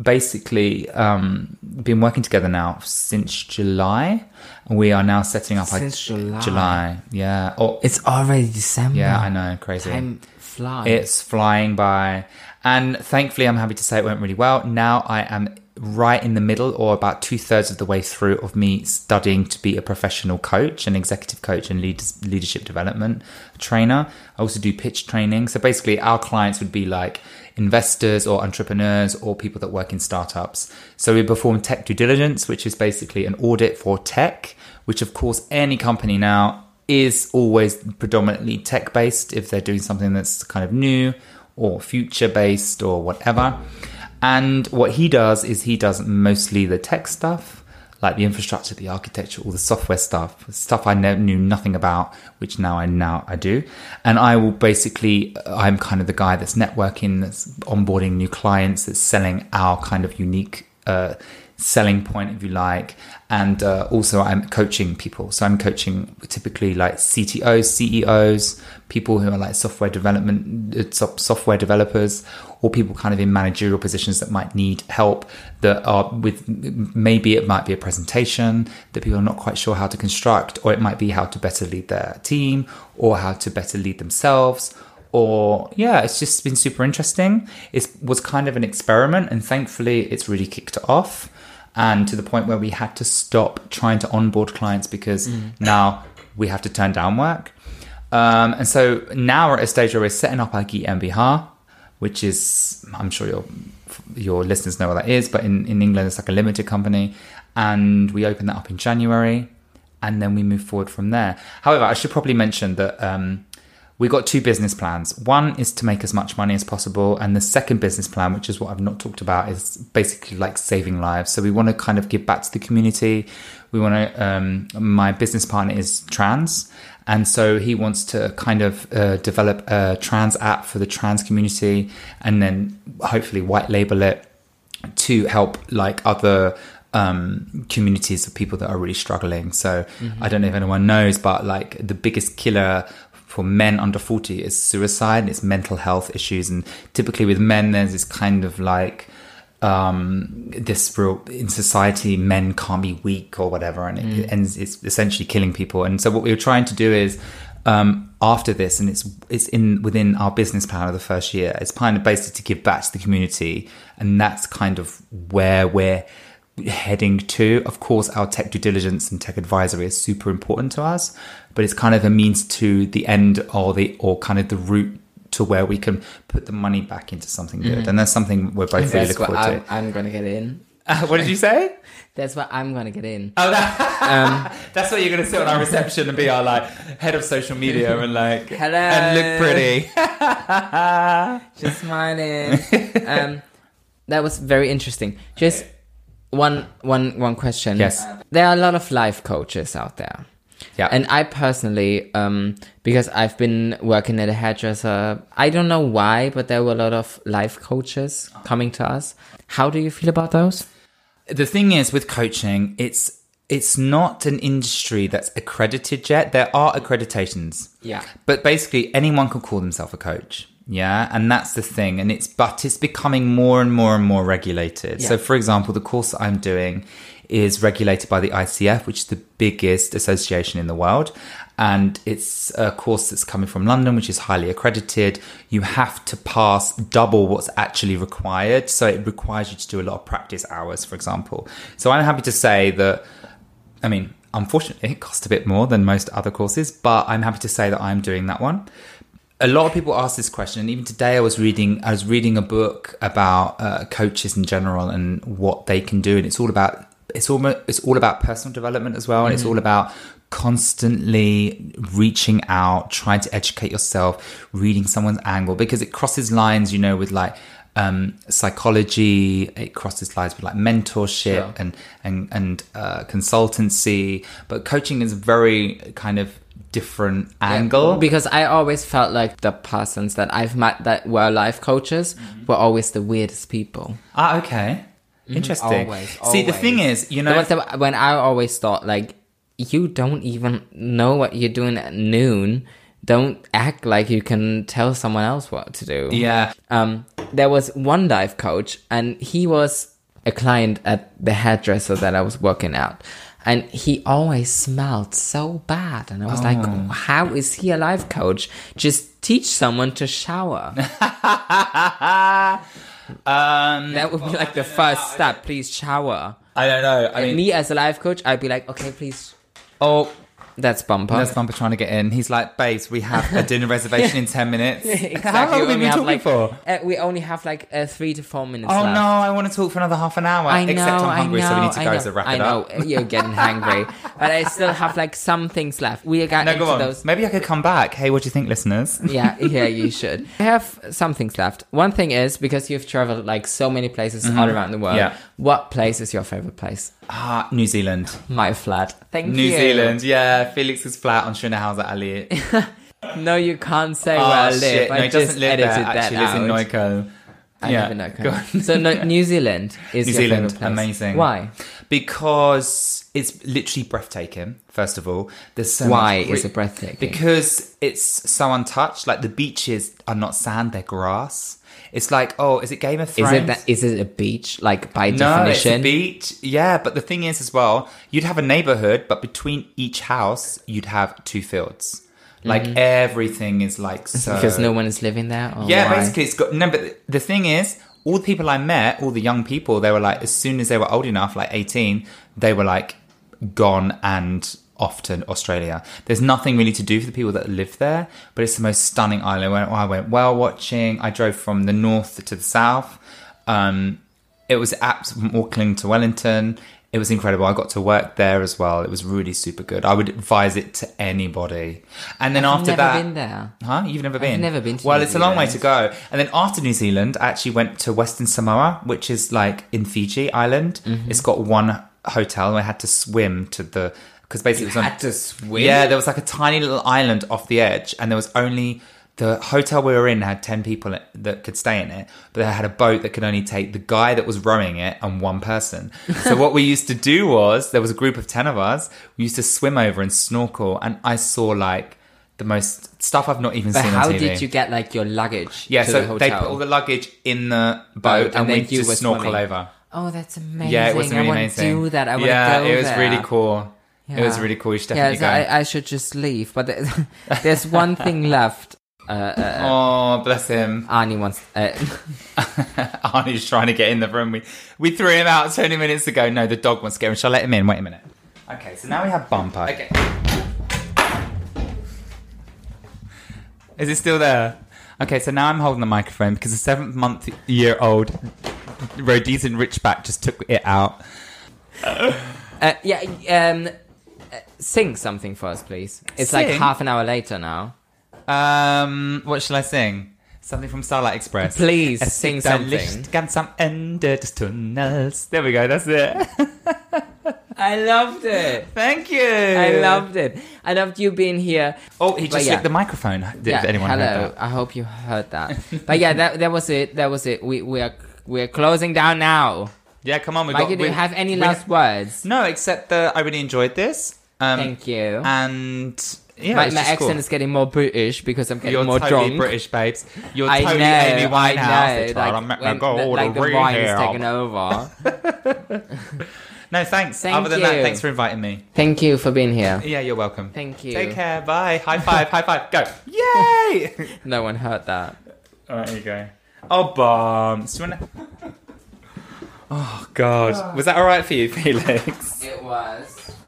S3: basically um, been working together now since July. We are now setting up
S2: Since July.
S3: July, yeah. Or,
S2: It's already December.
S3: yeah, I know, crazy.
S2: Time flies.
S3: It's flying by. And thankfully, I'm happy to say it went really well. Now I am right in the middle or about two thirds of the way through of me studying to be a professional coach and executive coach and lead- leadership development trainer. I also do pitch training. So basically, our clients would be like investors or entrepreneurs or people that work in startups. So we perform tech due diligence, which is basically an audit for tech, which of course, any company now is always predominantly tech based if they're doing something that's kind of new or future based or whatever. And what he does is he does mostly the tech stuff, like the infrastructure, the architecture, all the software stuff, stuff I ne- knew nothing about, which now I now I do. And I will basically, I'm kind of the guy that's networking, that's onboarding new clients, that's selling our kind of unique uh, selling point, if you like. And uh, also, I'm coaching people. So I'm coaching typically like CTOs, CEOs, E people who are like software development, uh, so- software developers, or people kind of in managerial positions that might need help. That are with maybe it might be a presentation that people are not quite sure how to construct, or it might be how to better lead their team, or how to better lead themselves or yeah, it's just been super interesting. It was kind of an experiment, and thankfully, it's really kicked off. And to the point where we had to stop trying to onboard clients because now we have to turn down work. Um, and so now we're at a stage where we're setting up our GmbH, which is I'm sure your your listeners know what that is, but in, in England it's like a limited company, and we open that up in January, and then we move forward from there. However, I should probably mention that um, we got two business plans. One is to make as much money as possible, and the second business plan, which is what I've not talked about, is basically like saving lives. So we want to kind of give back to the community. We want to. Um, my business partner is trans, and so he wants to kind of uh, develop a trans app for the trans community, and then hopefully white label it to help like other um, communities of people that are really struggling. So I don't know if anyone knows, but like the biggest killer for men under 40 is suicide. It's mental health issues. And typically with men, there's this kind of like, um, this real in society, men can't be weak or whatever, and it, it ends it's essentially killing people. And so what we were trying to do is um, after this, and it's it's in within our business plan of the first year. It's kind of basically to give back to the community, and that's kind of where we're heading to. Of course, our tech due diligence and tech advisory is super important to us, but it's kind of a means to the end or the or kind of the route. To where we can put the money back into something good, and that's something we're both really
S2: That's
S3: looking
S2: what
S3: forward to.
S2: I'm, I'm gonna get in.
S3: Uh, [LAUGHS] what did you say?
S2: That's what I'm gonna get in.
S3: Oh, that, that's what you're going to sit on our reception and be our like head of social media and like
S2: Hello.
S3: and look pretty.
S2: Just
S3: [LAUGHS]
S2: smiling. um, that was very interesting. Just one, one, one question.
S3: Yes.
S2: there are a lot of life coaches out there.
S3: Yeah.
S2: And I personally, um, because I've been working at a hairdresser, I don't know why, but there were a lot of life coaches
S3: Ah.
S2: coming to us. How do you feel about those?
S3: [LAUGHS] the thing is with coaching, it's it's not an industry that's accredited yet. There are accreditations.
S2: Yeah.
S3: But basically anyone can call themselves a coach. Yeah, and that's the thing and it's but it's becoming more and more and more regulated.
S2: Yeah.
S3: So for example, the course that I'm doing is regulated by the ICF, which is the biggest association in the world. And it's a course that's coming from London, which is highly accredited. You have to pass double what's actually required. So it requires you to do a lot of practice hours, for example. So I'm happy to say that I mean, unfortunately, it cost a bit more than most other courses, but I'm happy to say that I'm doing that one. A lot of people ask this question, and even today I was reading. I was reading a book about uh, coaches in general and what they can do, and it's all about it's almost it's all about personal development as well, and it's all about constantly reaching out, trying to educate yourself, reading someone's angle because it crosses lines, you know, with like um, psychology. It crosses lines with like mentorship
S2: Sure.
S3: and and and uh, consultancy, but coaching is a very kind of different angle.
S2: Because I always felt like the
S3: Mm-hmm.
S2: persons that I've met that were life coaches were always the weirdest people.
S3: ah, okay. Interesting.
S2: Mm-hmm. always,
S3: See, the
S2: always.
S3: thing is, you know,
S2: There was the- when I always thought like you don't even know what you're doing at noon. Don't act like you can tell someone else what to do.
S3: yeah,
S2: Um, there was one dive coach, and he was a client at the hairdresser that I was working at, and he always smelled so bad, and I was
S3: Oh.
S2: like, "How is he a life coach? Just teach someone to shower."
S3: um,
S2: That would be
S3: [LAUGHS]
S2: like the first step. Please shower.
S3: I don't know. I mean,
S2: Me as a life coach, I'd be like, "Okay, please."
S3: oh,
S2: That's bumper.
S3: That's Bumper trying to get in. He's like, babes, we have a
S2: [LAUGHS]
S3: dinner reservation in 10 minutes. [LAUGHS] How long
S2: Exactly,
S3: have
S2: when
S3: we been
S2: have,
S3: talking
S2: like,
S3: for?
S2: Uh, we only have like uh, three to four minutes
S3: Oh
S2: left.
S3: no, I want to talk for another half an hour.
S2: I know,
S3: Except I'm hungry,
S2: I know,
S3: so we need to
S2: I
S3: go,
S2: know,
S3: so wrap
S2: I
S3: it
S2: know.
S3: up.
S2: Uh, You're getting
S3: [LAUGHS]
S2: hangry, but I still have like some things left. We are getting
S3: No, go
S2: into
S3: on.
S2: those.
S3: Maybe I could come back. Hey, what do you think,
S2: [LAUGHS]
S3: listeners?
S2: yeah, yeah, you should. I have some things left. One thing is because you've traveled like so many places all around the world.
S3: Mm-hmm. Yeah.
S2: What place is your favorite place?
S3: Ah, New Zealand.
S2: My flat. Thank
S3: New
S2: you.
S3: Zealand, yeah. Felix's flat on Schönehalser
S2: [LAUGHS]
S3: Alley.
S2: No, you can't say where I
S3: Ah,
S2: live.
S3: shit. No,
S2: I
S3: he doesn't
S2: just
S3: live
S2: edited
S3: there,
S2: that
S3: actually. He lives
S2: out.
S3: in Neukölln.
S2: I
S3: yeah.
S2: live in Neukölln.
S3: Go on.
S2: So
S3: [LAUGHS]
S2: no, New Zealand is
S3: New
S2: your
S3: Zealand,
S2: favorite place.
S3: amazing.
S2: Why?
S3: Because it's literally breathtaking. First of all, there's so
S2: Why
S3: much
S2: is it breathtaking?
S3: Because it's so untouched. Like the beaches are not sand; they're grass. It's like, oh, is it Game of
S2: Is
S3: Thrones?
S2: it that? Is it a beach? Like by
S3: no, it's a
S2: definition,
S3: beach. Yeah, but the thing is, as well, you'd have a neighborhood, but between each house, you'd have two fields. Like everything is like so.
S2: Mm-hmm. because no one is living there. Or
S3: Yeah,
S2: why?
S3: basically, it's got. No, but th- the thing is, all the people I met, all the young people, they were like, as soon as they were old enough, like 18, they were like gone and off to Australia. There's nothing really to do for the people that live there, but it's the most stunning island. When I went whale watching, I drove from the north to the south. Um, it was apps from Auckland to Wellington. It was incredible. I got to work there as well. It was really super good. I would advise it to anybody. And then
S2: I've
S3: after
S2: never
S3: that,
S2: been there.
S3: Huh? You've never been?
S2: never been to
S3: Well,
S2: New
S3: it's a long way to
S2: Zealand.
S3: go. And then after New Zealand, I actually went to Western Samoa, which is like in Fiji Island.
S2: Mm-hmm.
S3: It's got one hotel, and I had to swim to the because basically it was on,
S2: had to swim?
S3: Yeah, there was like a tiny little island off the edge, and there was only. The hotel we were in had 10 people that could stay in it, but they had a boat that could only take the guy that was rowing it and one person. So, what we used to do was there was a group of 10 of us. We used to swim over and snorkel, and I saw like the most stuff I've not even
S2: But
S3: seen
S2: how
S3: on TV.
S2: did you get like your luggage?
S3: Yeah,
S2: to
S3: so
S2: the hotel?
S3: they put all the luggage in the boat, and, we
S2: then you were
S3: just snorkel
S2: swimming.
S3: over.
S2: Oh, that's amazing!
S3: Yeah, it was
S2: I
S3: really
S2: want
S3: amazing.
S2: to do that. I want
S3: yeah,
S2: to go
S3: it was
S2: there.
S3: really cool. It was
S2: Yeah.
S3: really cool. You should
S2: Yeah,
S3: definitely
S2: so I, I should just leave. But
S3: [LAUGHS]
S2: there- there's one thing left. Uh, uh,
S3: go. oh, bless him.
S2: Arnie wants. Uh,
S3: [LAUGHS] Arnie's trying to get in the room. We we threw him out 20 minutes ago. No, the dog wants to get him. Shall I let him in? Wait a minute. Okay, so now we have Bumper.
S2: okay.
S3: Is it still there? Okay, so now I'm holding the microphone because a seventh month year old Rhodesian Richback just took it out.
S2: Uh, yeah. Um, uh, sing something for us, please. It's like
S3: Sing?
S2: half an hour later now.
S3: Um, what shall I sing? Something from Starlight Express.
S2: Please
S3: Es
S2: sing
S3: gibt ein
S2: something.
S3: Licht ganz am Ende des Tunnels. There we go, that's it. [LAUGHS]
S2: I loved it.
S3: Thank you.
S2: I loved it. I loved you being here.
S3: Oh, he
S2: But
S3: just
S2: yeah.
S3: licked the microphone. Did anyone
S2: hello.
S3: heard that?
S2: I hope you heard that. but yeah, that that was it. That was it. We we are we're closing down now.
S3: Yeah, come on. We
S2: Michael,
S3: got,
S2: do you
S3: we-
S2: have any
S3: we-
S2: last words?
S3: No, except that I really enjoyed this. Um,
S2: Thank you.
S3: And yeah,
S2: my
S3: it's
S2: my
S3: just
S2: accent
S3: cool.
S2: is getting more British because I'm getting
S3: You're
S2: more
S3: totally
S2: drunk.
S3: British, babes. You're
S2: I
S3: totally
S2: know,
S3: Amy Winehouse.
S2: I know.
S3: That's right, I'm not gonna
S2: when
S3: go
S2: the,
S3: all
S2: like the
S3: the way
S2: wine is
S3: here.
S2: taken over.
S3: No, thanks.
S2: Thank
S3: Other than that,
S2: you.
S3: thanks for inviting me.
S2: Thank you for being
S3: [LAUGHS]
S2: here.
S3: Yeah, you're welcome.
S2: Thank you.
S3: Take care. Bye. High five. high five. Go.
S2: [LAUGHS]
S3: Yay!
S2: No one heard that.
S3: All right, here you go. Oh, bombs. Do you want [LAUGHS] to...
S2: Ah.
S3: Oh, God. Was that all right for you, [LAUGHS] Felix?
S2: It was.